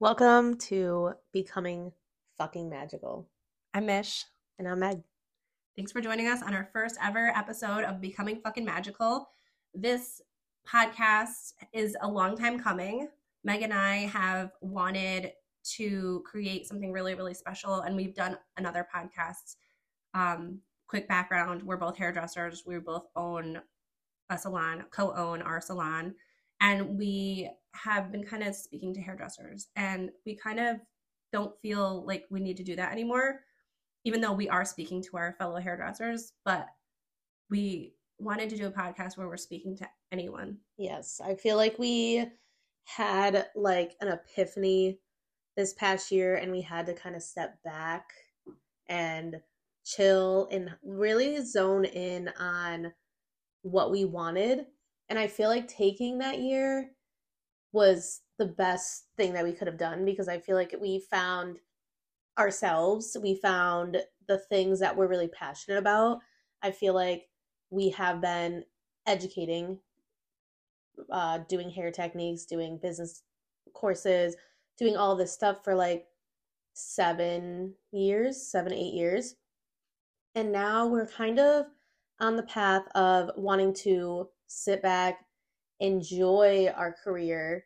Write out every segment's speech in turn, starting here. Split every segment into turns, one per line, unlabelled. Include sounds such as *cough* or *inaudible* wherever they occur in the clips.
Welcome to Becoming Fucking Magical.
I'm Mish.
And I'm Meg.
Thanks for joining us on our first ever episode of Becoming Fucking Magical. This podcast is a long time coming. Meg and I have wanted to create something really, really special, and we've done another podcast. Um, quick background we're both hairdressers, we both own a salon, co own our salon, and we have been kind of speaking to hairdressers, and we kind of don't feel like we need to do that anymore even though we are speaking to our fellow hairdressers, but we wanted to do a podcast where we're speaking to anyone.
Yes, I feel like we had like an epiphany this past year and we had to kind of step back and chill and really zone in on what we wanted. And I feel like taking that year was the best thing that we could have done because I feel like we found ourselves. We found the things that we're really passionate about. I feel like we have been educating, uh, doing hair techniques, doing business courses, doing all this stuff for like seven years, seven, eight years. And now we're kind of on the path of wanting to sit back, enjoy our career,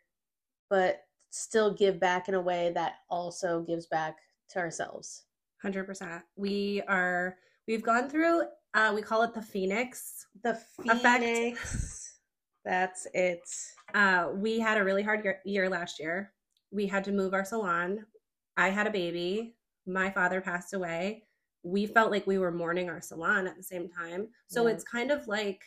but still give back in a way that also gives back to ourselves.
100%. We are, we've gone through, uh, we call it the Phoenix.
The
Effect.
Phoenix. That's it.
Uh, we had a really hard year, year last year. We had to move our salon. I had a baby. My father passed away. We felt like we were mourning our salon at the same time. So
Yeah.
it's kind of like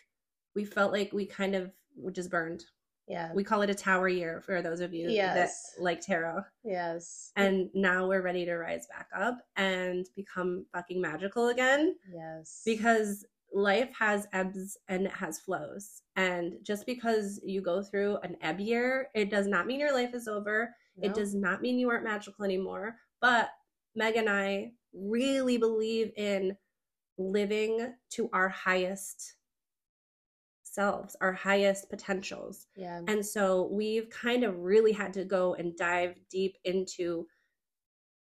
we felt like we kind of just burned.
Yeah.
We call it a tower year for those of you
Yes.
that like tarot.
Yes.
and now we're ready to rise back up and become fucking magical again
yes.
because life has ebbs and it has flows and just because you go through an ebb year it does not mean your life is over
No.
it does not mean you aren't magical anymore but meg and i really believe in living to our highest selves our highest potentials
Yeah.
and so we've kind of really had to go and dive deep into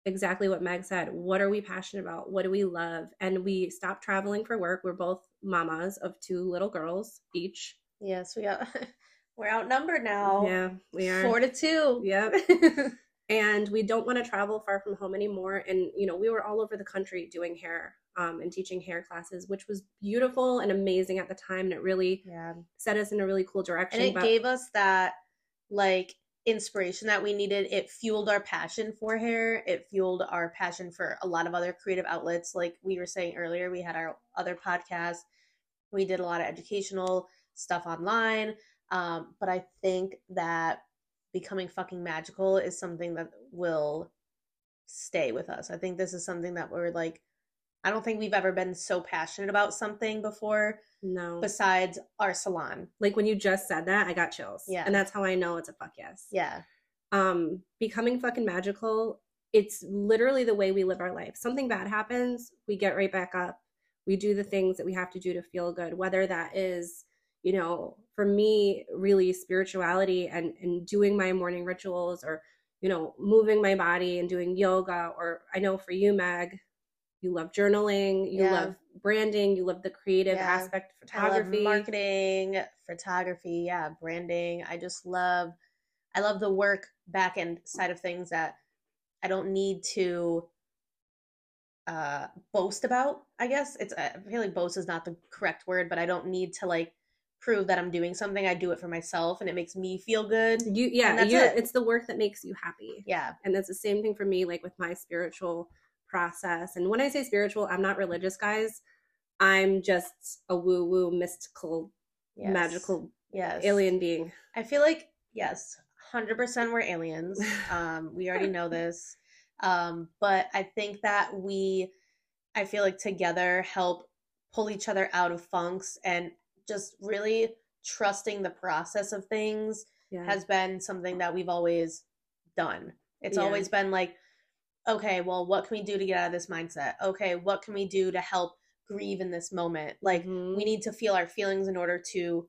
exactly what Meg said. What are we passionate about? What do we love? And we stopped traveling for work. We're both mamas of two little girls each.
Yes. We are. *laughs* We're outnumbered now.
yeah, we are.
Four to two.
Yep. *laughs*
*laughs*
and we don't want to travel far from home anymore. And, you know, we were all over the country doing hair um, and teaching hair classes, which was beautiful and amazing at the time. And it really
yeah.
set us in a really cool direction.
And it
but-
gave us that like inspiration that we needed. It fueled our passion for hair. It fueled our passion for a lot of other creative outlets. Like we were saying earlier, we had our other podcast. We did a lot of educational stuff online. Um, but I think that becoming fucking magical is something that will stay with us. I think this is something that we're like, I don't think we've ever been so passionate about something before
no.
besides our salon.
like when you just said that, I got chills.
Yeah.
And that's how I know it's a fuck yes.
Yeah.
Um, becoming fucking magical, it's literally the way we live our life. Something bad happens, we get right back up. We do the things that we have to do to feel good, whether that is, you know, for me, really spirituality and, and doing my morning rituals or, you know, moving my body and doing yoga. Or I know for you, Meg, you love journaling, you
Yeah.
love branding, you love the creative
Yeah.
aspect,
I love
photography.
Um, marketing, photography, yeah, branding. I just love I love the work back end side of things that I don't need to uh boast about, I guess. It's I feel like boast is not the correct word, but I don't need to like prove that I'm doing something. I do it for myself and it makes me feel good.
you yeah
And that's
you,
it.
it's the work that makes you happy
Yeah.
and that's the same thing for me like with my spiritual process and when i say spiritual i'm not religious guys i'm just a woo woo mystical
Yes.
magical
yes.
alien being
I feel like yes, hundred percent we're aliens. Um, we already know this, um, but I think that we, I feel like together help pull each other out of funks and just really trusting the process of things
yeah
has been something that we've always done. It's
Yeah.
always been like, okay, well, what can we do to get out of this mindset? Okay, what can we do to help grieve in this moment. Like
Mhm.
we need to feel our feelings in order to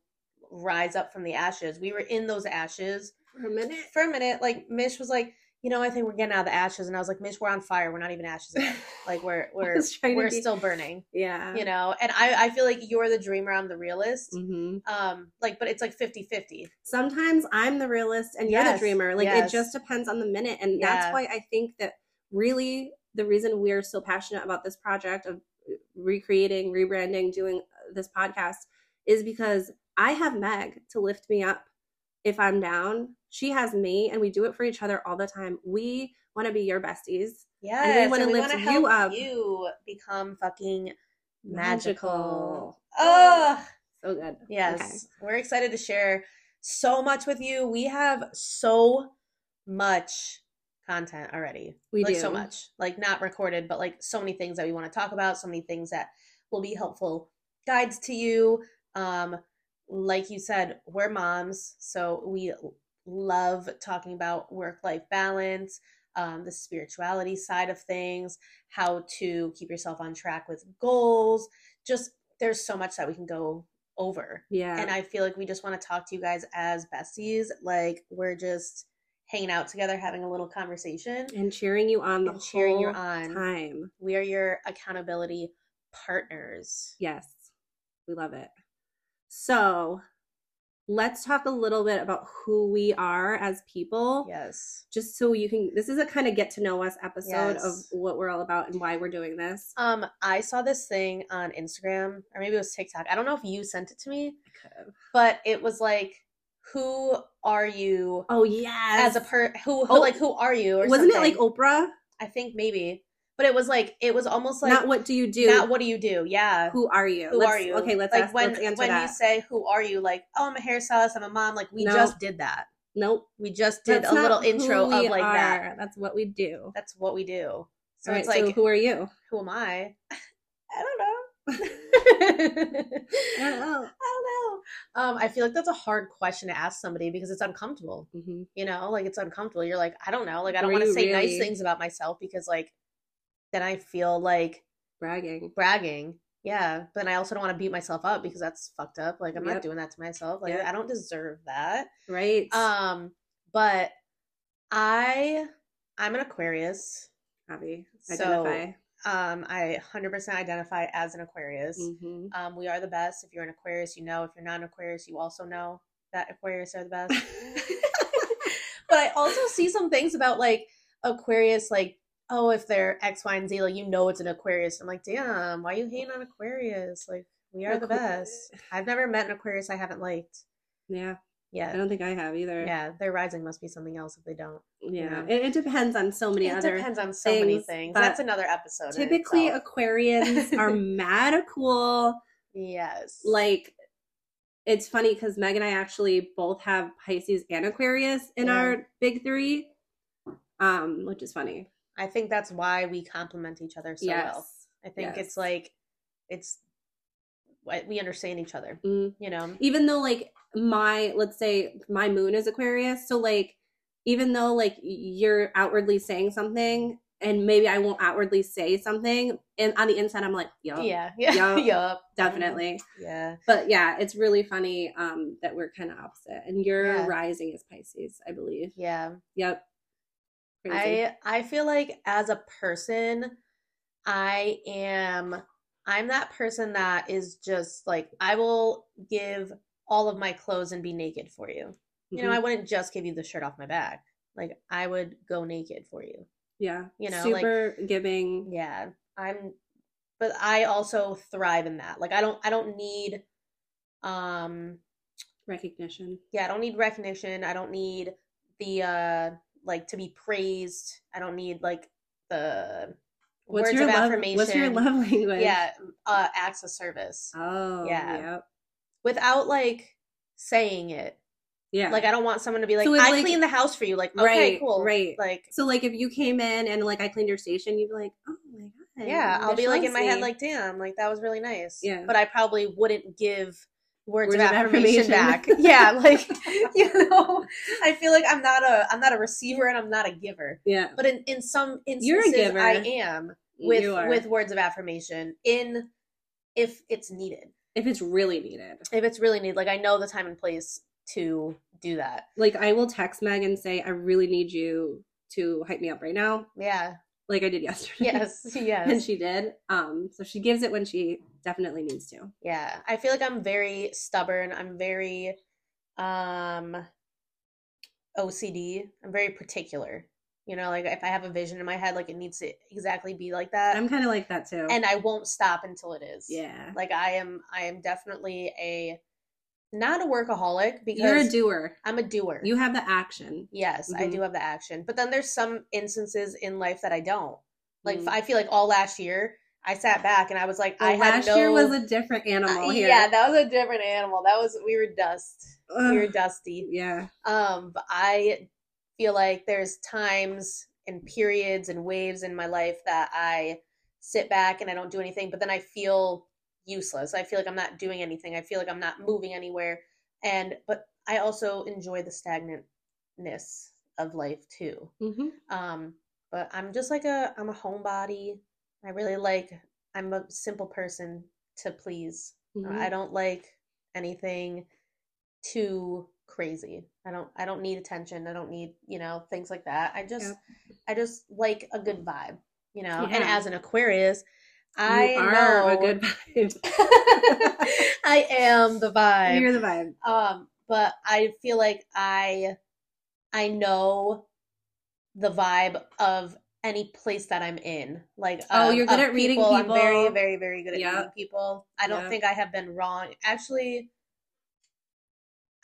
rise up from the ashes. We were in those ashes
for a minute.
for a minute. Like Mish was like, you know, I think we're getting out of the ashes, and I was like, Mish, we're on fire. We're not even ashes.
*laughs*
Yet. *laughs* Like we're we're
was trying to
we're
be-
still burning.
yeah.
You know, and I I feel like you're the dreamer, I'm the realist.
hmm
Um, like, but it's like 50-50.
Sometimes I'm the realist and you're the
Yes,
dreamer. Like
yes.
it just depends on the minute. And
Yeah.
that's why I think that really the reason we are so passionate about this project of recreating, rebranding, doing this podcast is because I have Meg to lift me up if I'm down. She has me and we do it for each other all the time. We want to be your besties.
Yeah,
wanna lift
wanna
you
help
up.
You become fucking magical.
Oh,
Oh,
so good.
Yes.
Okay.
We're excited to share so much with you. We have so much content already.
We
like
do.
so much. Like not recorded, but like so many things that we want to talk about, so many things that will be helpful guides to you. Um like you said, we're moms, so we love talking about work-life balance, um, the spirituality side of things, how to keep yourself on track with goals. Just there's so much that we can go over
Yeah.
and I feel like we just want to talk to you guys as besties. Like we're just hanging out together, having a little conversation,
and cheering you on the
and cheering you
whole
on.
time.
We are your accountability partners.
Yes, we love it. So let's talk a little bit about who we are as people.
Yes.
Just so you can, this is a kind of get to know us episode of
Yes.
what we're all about and why we're doing this.
Um, I saw this thing on Instagram, or maybe it was TikTok. I don't know if you sent it to me, but it was like, "Who are you
Oh, yes.
as a per? Who, who
Oh.
like who are you?" Or
Wasn't it
something.
like Oprah?
I think maybe, but it was like it was almost like
not what do you do?
not what do you do? Yeah,
who are you?
who
Let's-
are you?
Okay, let's,
like
ask,
when
let's answer
when
that.
you say who are you, like oh I'm a hairstylist, I'm a mom. Like we
No.
just did that.
nope.
We just did
that's
a
not
little
who
intro
we
of like that.
are. That's what we do.
That's what we do. So
all right,
it's like
so
who,
who are you?
am I? I don't *laughs* know.
I don't
I don't
know.
know. Um, I feel like that's a hard question to ask somebody because it's uncomfortable.
Mm-hmm.
You know, like it's uncomfortable. You're like, I don't know. Like I don't
Were
want to
you
say nice
really?
things about myself because like then I feel like
Bragging.
bragging. Yeah, but then I also don't want to beat myself up because that's fucked up. Like I'm not
Yep.
doing that to myself. Like
Yep.
I don't deserve that.
Right.
Um, but I I'm an Aquarius.
Abby,
So-
identify.
Um, I 100% identify as an Aquarius.
Mhm.
Um, we are the best. If you're an Aquarius, you know. If you're not an Aquarius, you also know that Aquarius are the best.
*laughs*
*laughs* but I also see some things about like Aquarius, like oh, if they're X, Y, and Z, like you know it's an Aquarius. I'm like, damn, why you hating on Aquarius? Like we are the
Aqu-
best. I've never met an Aquarius I haven't liked
Yeah, I
yet.
don't think I have either.
Yeah, their rising must be something else if they don't.
yeah.
Yeah.
It, it depends on so many
it
other.
depends on so many
things,
things.
but
That's another episode. in
Typically,
itself. *laughs*
Aquarians are mad cool.
yes,
Like, it's funny because Meg and I actually both have Pisces and Aquarius in
Yeah.
our big three, um, which is funny.
I think that's why we complement each other so
yes.
well. I think
Yes.
it's like it's what- we understand each other.
Mm.
You know,
even though like my let's say my moon is aquarius so like even though like you're outwardly saying something and maybe i won't outwardly say something and on the inside i'm like yeah
yeah, *laughs* yeah,
Yup.
yup,
definitely
yeah.
but yeah it's really funny um that we're kind of opposite and your
Yeah.
rising is pisces i believe
Yeah.
yep
I I feel like as a person, I am I'm that person that is just like I will give all of my clothes and be naked for you. You know,
Mhm.
I wouldn't just give you the shirt off my back. Like I would go naked for you.
yeah
you know, like-
super giving
Yeah. I'm but I also thrive in that. Like I don't I don't need um
recognition
yeah, I don't need recognition. I don't need the uh like to be praised. I don't need like the
what's
words
your
of
love
affirmation.
what's your love *laughs* language
Yeah, uh acts of service.
oh
Yeah.
yeah
Without like saying it.
yeah
Like I don't want someone to be like,
So it's
I
like-
clean the house for you. Like, okay,
Right,
cool.
right.
Like
So like if you came in and like I cleaned your station, you'd be like, oh my god.
yeah, I'll
Mish
be like in
loves
my head,
me."
like, damn, like that was really nice.
Yeah.
But I probably wouldn't give words,
Words
of,
of
affirmation,
affirmation. *laughs*
back. yeah, like *laughs* you know, I feel like I'm not a I'm not a receiver and I'm not a giver.
yeah,
But in in some instances,
You're a giver.
I am with
you are.
with words of affirmation in if it's needed.
if it's really needed.
If it's really needed, like I know the time and place to do that.
Like I will text Meg and say, I really need you to hype me up right now, *laughs*
Yeah.
like I did yesterday.
Yes. Yes.
and she did. Um, so she gives it when she definitely needs to.
Yeah, I feel like I'm very stubborn. I'm very um OCD. I'm very particular. You know, like if I have a vision in my head, like it needs to exactly be like that.
I'm kind of like that too.
and I won't stop until it is.
yeah,
Like I am I am definitely a not a workaholic because
you're a doer.
I'm a doer.
You have the action.
Yes, I
Mhm.
do have the action. But then there's some instances in life that I don't. Like
Mm.
I feel like all last year I sat back and I was like, I
Well,
had
last
no
year was a different animal
uh,
here.
Yeah, that was a different animal. That was we were dust. We
*sighs*
were
Ugh.
dusty.
yeah,
Um, but I feel like there's times and periods and waves in my life that I sit back and I don't do anything, but then I feel useless. I feel like I'm not doing anything. I feel like I'm not moving anywhere. And but I also enjoy the stagnantness of life too.
hmm
Um, but I'm just like a I'm a homebody. I really like I'm a simple person to please.
Mm-hmm.
I don't like anything too crazy. I don't I don't need attention. I don't need, you know, things like that. I just
Yep.
I just like a good vibe, you know. And
Yeah.
as an Aquarius,
You
I
are
know *laughs*
a good vibe.
I am the vibe
You're the vibe.
um but i feel like i i know the vibe of any place that i'm in like
Oh,
of-
you're good
of
at reading
i'm very
people.
very very good at
Yeah.
reading people i don't
Yeah.
think i have been wrong actually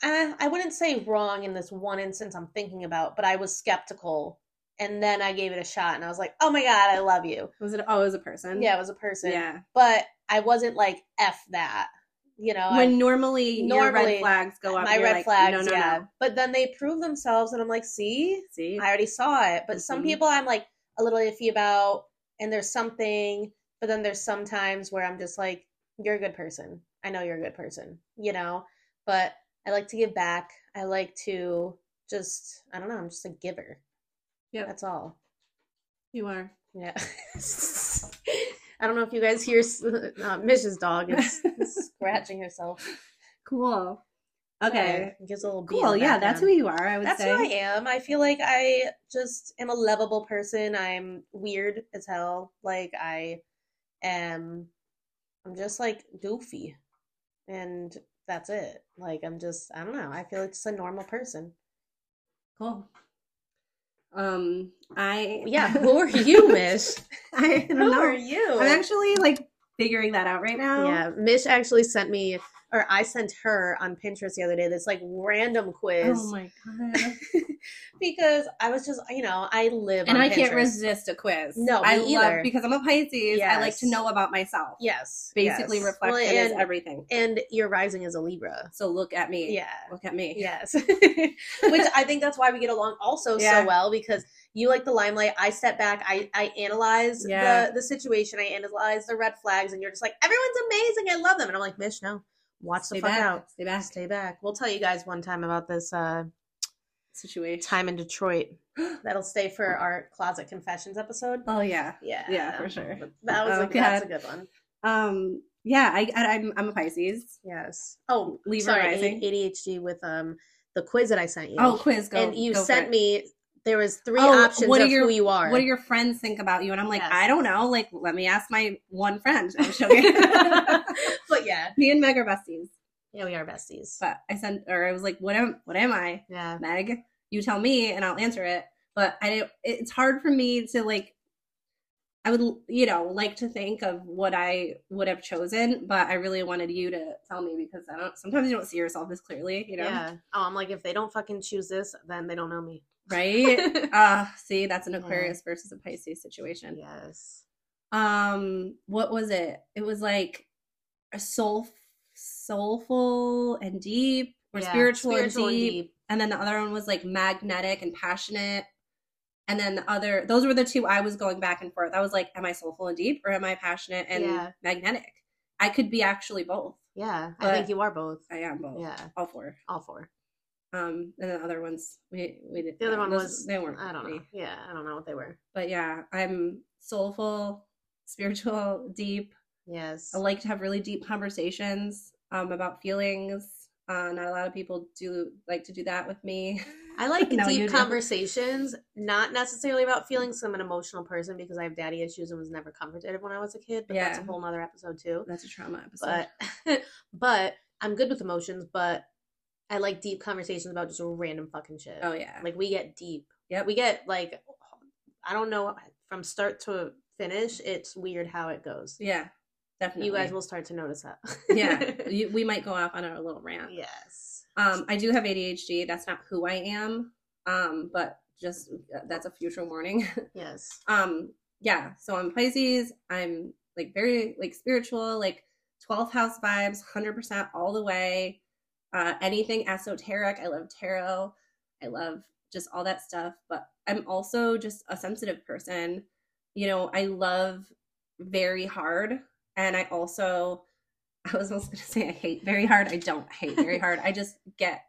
eh, i wouldn't say wrong in this one instance i'm thinking about but i was skeptical and then i gave it a shot and i was like oh my god i love you
Was it always a person?
yeah it was a person
yeah.
but i wasn't like f that you know I-
When normally, your
Normally,
red flags go up,
my
you're
red
like,
flags,
No, no,
yeah.
no.
But then they prove themselves, and I'm like, see,
See,
I already saw it. But some
Mhm.
people I'm like a little iffy about, and there's something, but then there's some times where I'm just like, you're a good person. I know you're a good person, you know? But I like to give back. I like to just, I don't know, I'm just a giver.
Yep.
That's all.
you are.
Yeah. *laughs* I don't know if you guys hear s- *laughs* uh, Mish's dog is
*laughs*
scratching herself.
Cool. Okay.
Sorry, gives a little beat in
Cool.
the
Yeah, that's
background.
who you are. I would
um, That's
say.
who I am. I feel like I just am a lovable person. I'm weird as hell. Like I am I'm just like goofy. And that's it. Like I'm just I don't know. I feel like just a normal
*laughs*
person.
Cool. Um, I *laughs*
Yeah, who are you, Mish?
I
*laughs*
don't
who
know.
are you?
I'm actually um, like figuring that out right now.
yeah, Mish actually sent me or I sent her on Pinterest the other day this like random quiz
Oh my god.
*laughs* because I was just you know, I live
and
on
I can't
Pinterest.
resist a quiz.
No, me
I
either.
love because I'm a Pisces. I like
Yes.
to know about myself.
Yes.
Basically,
yes.
reflection
Well,
is
and-
everything.
and your rising is a Libra.
So look at me.
Yeah.
Look at me. *laughs*
Yes. Which I think that's why we get along also
Yeah.
so well because you like the limelight. I step back. I, I analyze
Yeah.
the, the situation. I analyze the red flags, and you're just like, everyone's amazing. I love them. And I'm like, Mish, no. Watch
Stay
the fuck
back.
out.
Stay back.
Stay back. We'll tell you guys one time about this uh,
Situation.
time in
*gasps*
Detroit. That'll stay for our closet confessions episode.
Oh yeah.
Yeah.
Yeah, for sure.
That was
Oh,
a, that's a
God.
good one.
Um. Yeah. I, I I'm I'm a Pisces.
Yes. Oh,
Libra
sorry.
rising.
ADHD with um the quiz that I sent you.
Oh, quiz. Go.
and you
go for
sent
it.
me there was three
Oh,
options
what are
of
your-
who you are.
what do your friends think about you? And I'm like,
Yes.
I don't know. Like, let me ask my
*laughs*
one friend. I'm joking. *laughs*
but yeah,
me and Meg are besties.
yeah, we are besties.
But I sent, or I was like, what am, what am I,
yeah,
Meg? You tell me, and I'll answer it. But I, don't- it's hard for me to like. I would, you know, like to think of what I would have chosen, but I really wanted you to tell me because I don't. Sometimes you don't see yourself as clearly, you know,
yeah. Oh, I'm like, if they don't fucking choose this, then they don't know me. *laughs*
right? Ah, see, that's an
Yeah.
Aquarius versus a Pisces situation.
yes.
um what was it it was like a soul soulful and deep or
Yeah,
spiritual,
spiritual
and, deep. and then the other one was like magnetic and passionate and then the other those were the two i was going back and forth i was like am i soulful and deep or am i passionate and
Yeah.
magnetic i could be actually both
Yeah, I
But-
think you are both.
i am both
Yeah,
all four
all four.
um and the other ones we we did
The other one
those-
was
they weren't
I don't
for
know.
me.
Yeah, I don't know what they were.
but yeah i'm soulful spiritual *laughs* deep
Yes.
I like to have really deep conversations um, about feelings. Uh, not a lot of people do like to do that with me. *laughs*
I like
No, you
deep
do.
conversations, not necessarily about feelings. 'cause I'm an emotional person because I have daddy issues and was never comforted when I was a kid. But that's a
Yeah.
whole nother episode too.
That's a trauma episode.
But *laughs* but I'm good with emotions. But I like deep conversations about just random fucking shit.
oh yeah,
Like we get deep.
Yep.
We get like I don't know from start to finish. It's weird how it goes.
yeah, definitely.
You guys will start to notice that. *laughs*
yeah, you, we might go off on our little rant.
yes.
Um, I do have ADHD. That's not who I am. Um, but just uh, that's a future warning.
Yes.
um yeah so i'm pisces i'm like very like spiritual like 12th house vibes 100% all the way uh anything esoteric i love tarot i love just all that stuff but i'm also just a sensitive person you know i love very hard and i also *laughs* i was also gonna say i hate very hard i don't hate very hard i just get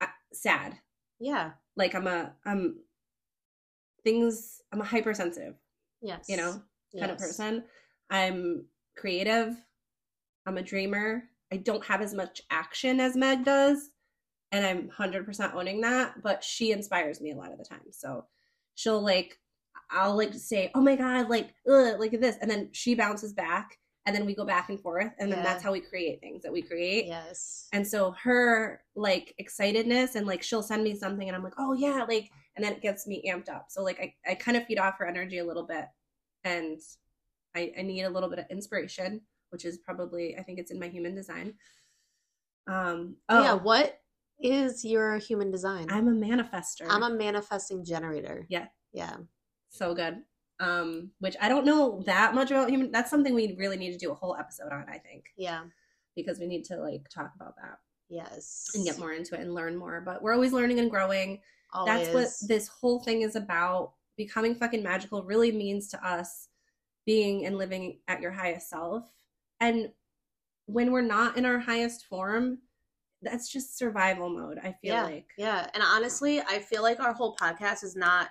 uh, sad
Yeah.
like i'm a i'm things i'm a hypersensitive
Yes.
you know kind of
Yes.
person i'm creative i'm a dreamer i don't have as much action as meg does and i'm 100% owning that but she inspires me a lot of the time so she'll like i'll like say oh my god like ugh, look at this and then she bounces back and then we go back and forth and then
Yeah.
that's how we create things that we create
Yes.
and so her like excitedness and like she'll send me something and I'm like, oh yeah, like, and then it gets me amped up. So like I, I kind of feed off her energy a little bit and I, I need a little bit of inspiration, which is probably, I think it's in my human design. Um, oh,
Yeah. What is your human design?
I'm a manifester.
I'm a manifesting generator.
Yeah.
Yeah.
so good. Um, which I don't know that much about human. That's something we really need to do a whole episode on, I think,
Yeah.
because we need to like talk about that
Yes.
and get more into it and learn more. But we're always learning and growing.
Always.
That's what this whole thing is about. Becoming fucking magical really means to us being and living at your highest self. And when we're not in our highest form, that's just survival mode, I feel like.
Yeah, and honestly, I feel like our whole podcast is not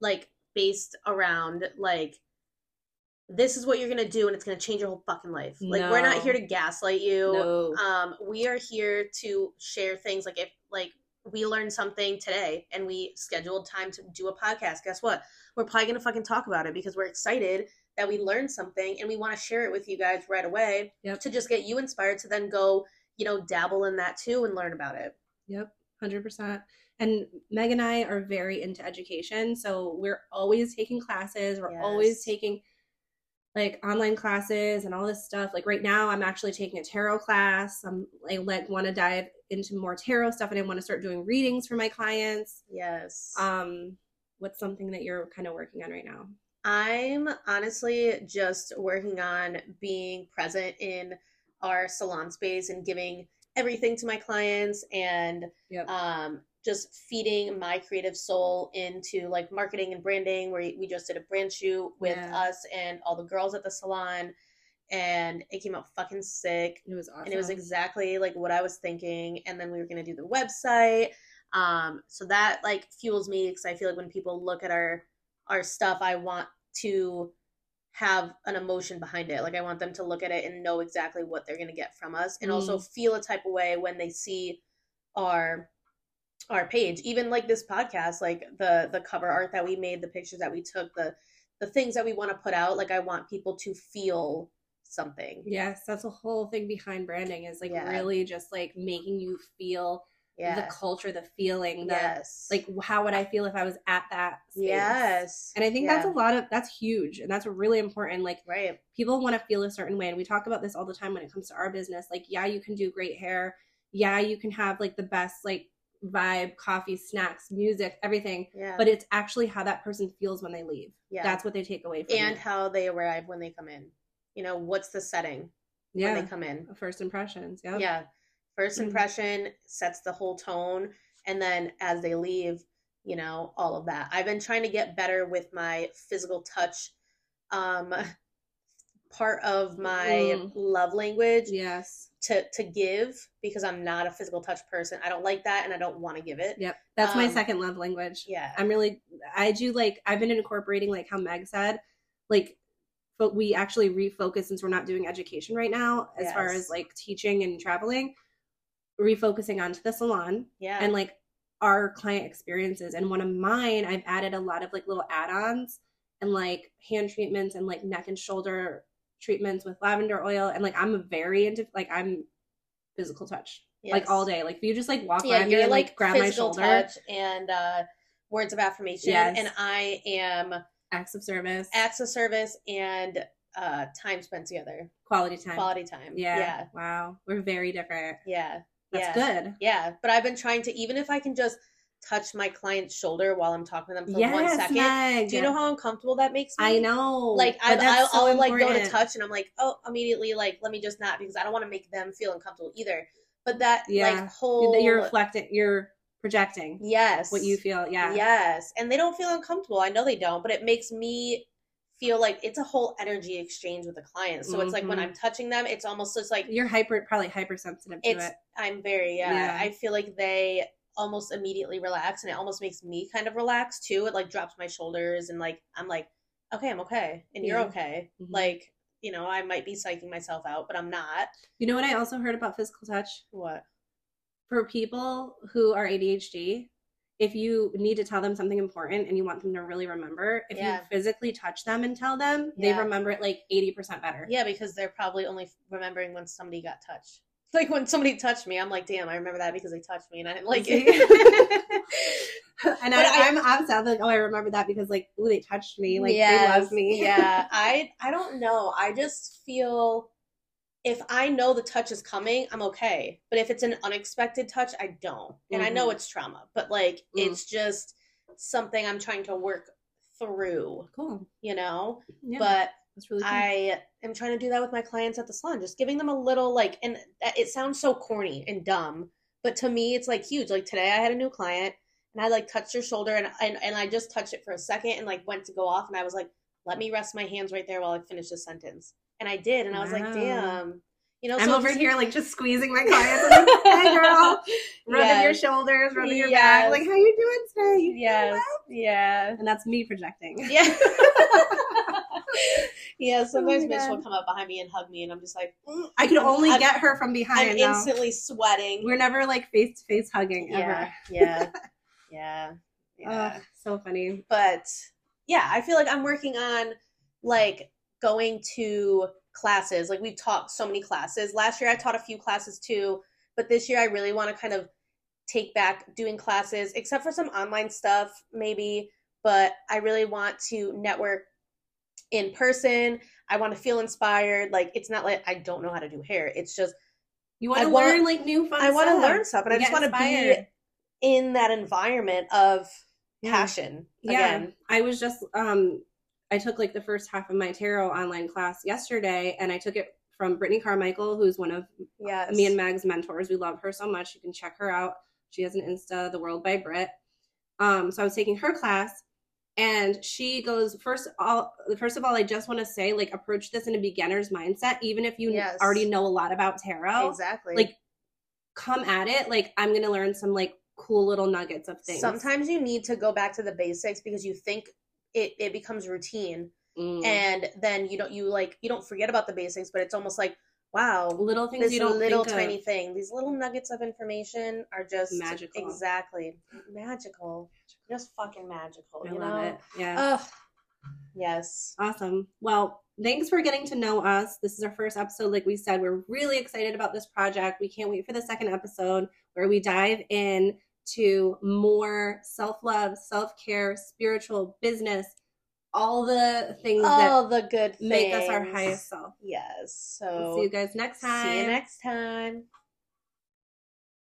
like based around like this is what you're gonna do and it's gonna change your whole fucking life. Like we're
No.
not here to gaslight you.
No.
Um, we are here to share things. Like if like we learned something today and we scheduled time to do a podcast, guess what? We're probably gonna fucking talk about it because we're excited that we learned something and we want to share it with you guys right away
Yep.
to just get you inspired to then go you know dabble in that too and learn about it
Yep, 100%. And Meg and I are very into education. So we're always taking classes, we're always
Yes.
taking like online classes and all this stuff. Like right now, I'm actually taking a tarot class. I'm, I like want to dive into more tarot stuff and I want to start doing readings for my clients.
yes
Um, what's something that you're kind of working on right now?
I'm honestly just working on being present in our salon space and giving everything to my clients and
Yep.
um, just feeding my creative soul into like marketing and branding. Where we just did a brand shoot with
Yeah.
us and all the girls at the salon, and it came out fucking sick
it was awesome.
and it was exactly like what I was thinking. And then we were gonna do the website, um, so that like fuels me because I feel like when people look at our our stuff, I want to have an emotion behind it. Like I want them to look at it and know exactly what they're gonna get from us, and also
Mm.
feel a type of way when they see our our page. Even like this podcast, like the the cover art that we made, the pictures that we took, the the things that we want to put out. Like I want people to feel something.
Yes, that's the whole thing behind branding is like
Yeah.
really just like making you feel
Yeah.
the culture, the feeling, the
yes
like how would i feel if i was at that space?
yes
and i think that's
Yeah.
a lot of that's huge and that's really important like
right
people want to feel a certain way and we talk about this all the time when it comes to our business like yeah you can do great hair yeah you can have like the best like vibe coffee snacks music everything
yeah
but it's actually how that person feels when they leave
yeah
that's what they take away from
and
it.
how they arrive when they come in you know what's the setting
yeah
when they come in
first impressions yeah
yeah first
Mhm.
impression sets the whole tone and then as they leave you know all of that i've been trying to get better with my physical touch um *laughs* part of my
Mm.
love language
yes
to to give because i'm not a physical touch person i don't like that and i don't want to give it
yep that's my
Um,
second love language
yeah
I'm really I do like I've been incorporating like how Meg said, like but we actually refocus since we're not doing education right now as far
Yes.
as like teaching and traveling refocusing onto the salon
Yeah.
and like our client experiences and one of mine i've added a lot of like little add-ons and like hand treatments and like neck and shoulder treatments with lavender oil and like i'm a very into like i'm physical touch like
Yes.
all day like if you just like walk
Yeah,
by me
you're
and
like,
like grab my
physical
shoulder
touch and uh, words of affirmation.
Yes.
And I am
acts of service
acts of service and uh, time spent together,
quality time
quality time.
yeah.
Yeah.
wow we're very different
Yeah.
that's
yeah.
good
Yeah. But I've been trying to, even if I can just touch my client's shoulder while I'm talking to them for one second.
Meg.
Do you know how uncomfortable that makes me?
i know
Like
but
I,
that's
I'll,
so
I'll like go to
important.
touch and I'm like, oh, immediately like let me just not because I don't want to make them feel uncomfortable either. But that
Yeah.
like whole
you're reflecting you're projecting
yes,
what you feel yeah
Yes. And they don't feel uncomfortable. I know they don't, but it makes me feel like it's a whole energy exchange with the client. So it's like when
Mhm.
I'm touching them, it's almost just like
you're hyper probably hypersensitive to
it's
it
I'm very yeah,
Yeah.
I feel like they almost immediately relax and it almost makes me kind of relax too. It like drops my shoulders and like I'm like, okay, I'm okay. And you're
Yeah.
okay.
Mhm.
Like, you know, I might be psyching myself out, but I'm not.
you know what i also heard about physical touch
What?
for people who are adhd if you need to tell them something important and you want them to really remember if
Yeah.
you physically touch them and tell them
Yeah.
they remember it like 80% better
Yeah, because they're probably only remembering when somebody got touched. Like when somebody touched me, I'm like, damn, I remember that because they touched me and I didn't like it.
and
But I-
I, am upset like oh i remember that because like ooh *laughs* they touched me like they love me
yeah, I I don't know. I just feel if I know the touch is coming, I'm okay. But if it's an unexpected touch, I don't. And I know
Mhm.
it's trauma, but like
Mm.
it's just something I'm trying to work through,
cool
you know?
yeah
But
that's really cool
I am trying to do that with my clients at the salon, just giving them a little like, and that- it sounds so corny and dumb, but to me, it's like huge. Like today, I had a new client, and I like touched her shoulder, and and, and I just touched it for a second, and like went to go off, and I was like, let me rest my hands right there while I finish this sentence, and I did, and I was like,
Wow.
damn, you know,
i'm
so
over
just-
here like just squeezing my clients I'm like, *laughs* hey
*laughs*
girl rubbing your
Yes.
shoulders rubbing your
Yes.
back like how you doing today You feeling
Yes,
well?"
yeah,
and that's me projecting *laughs*
yeah. *laughs* yeah, sometimes
Oh my
Mitch
God.
will come up behind me and hug me, and I'm just like, mm,
i could only
I'm-
get her from behind
I'm
though.
instantly sweating.
we're never like face to face hugging
yeah,
*laughs* ever
yeah, yeah, yeah.
Ugh, so funny
but yeah, I feel like I'm working on like going to classes. Like we've taught so many classes. Last year I taught a few classes too, but this year I really want to kind of take back doing classes, except for some online stuff maybe. But I really want to network in person. I want to feel inspired. Like it's not like I don't know how to do hair. It's just
you
I
want to
wanna-
learn like new fun
I want to
stuff.
learn stuff, and I
You
just
get
want to be
inspired.
in that environment of
Yeah.
passion
Yeah.
again.
I was just um I took like the first half of my tarot online class yesterday and I took it from Brittany Carmichael, who's one of
Yes.
me and Mag's mentors. We love her so much. You can check her out. She has an Insta, The World by Brit. Um, so I was taking her class and she goes, first all first of all, I just want to say, like, approach this in a beginner's mindset, even if you
Yes.
already know a lot about tarot.
exactly.
Like come at it. Like I'm gonna learn some like cool little nuggets of things.
Sometimes you need to go back to the basics because you think it, it becomes routine
Mm.
and then you don't you like you don't forget about the basics, but it's almost like, wow,
little things
this
you don't
little
think of.
tiny thing. These little nuggets of information are just
Magical.
Exactly. Magical. Just fucking magical.
I
you
love
know?
it. Yeah.
Ugh. Yes.
awesome. Well, thanks for getting to know us. This is our first episode. Like we said, we're really excited about this project. We can't wait for the second episode where we dive in to more self love, self care, spiritual, business, all the things that
All the good
make us our
things.
highest self.
Yes.
We'll
So
see you guys next time.
see you next time.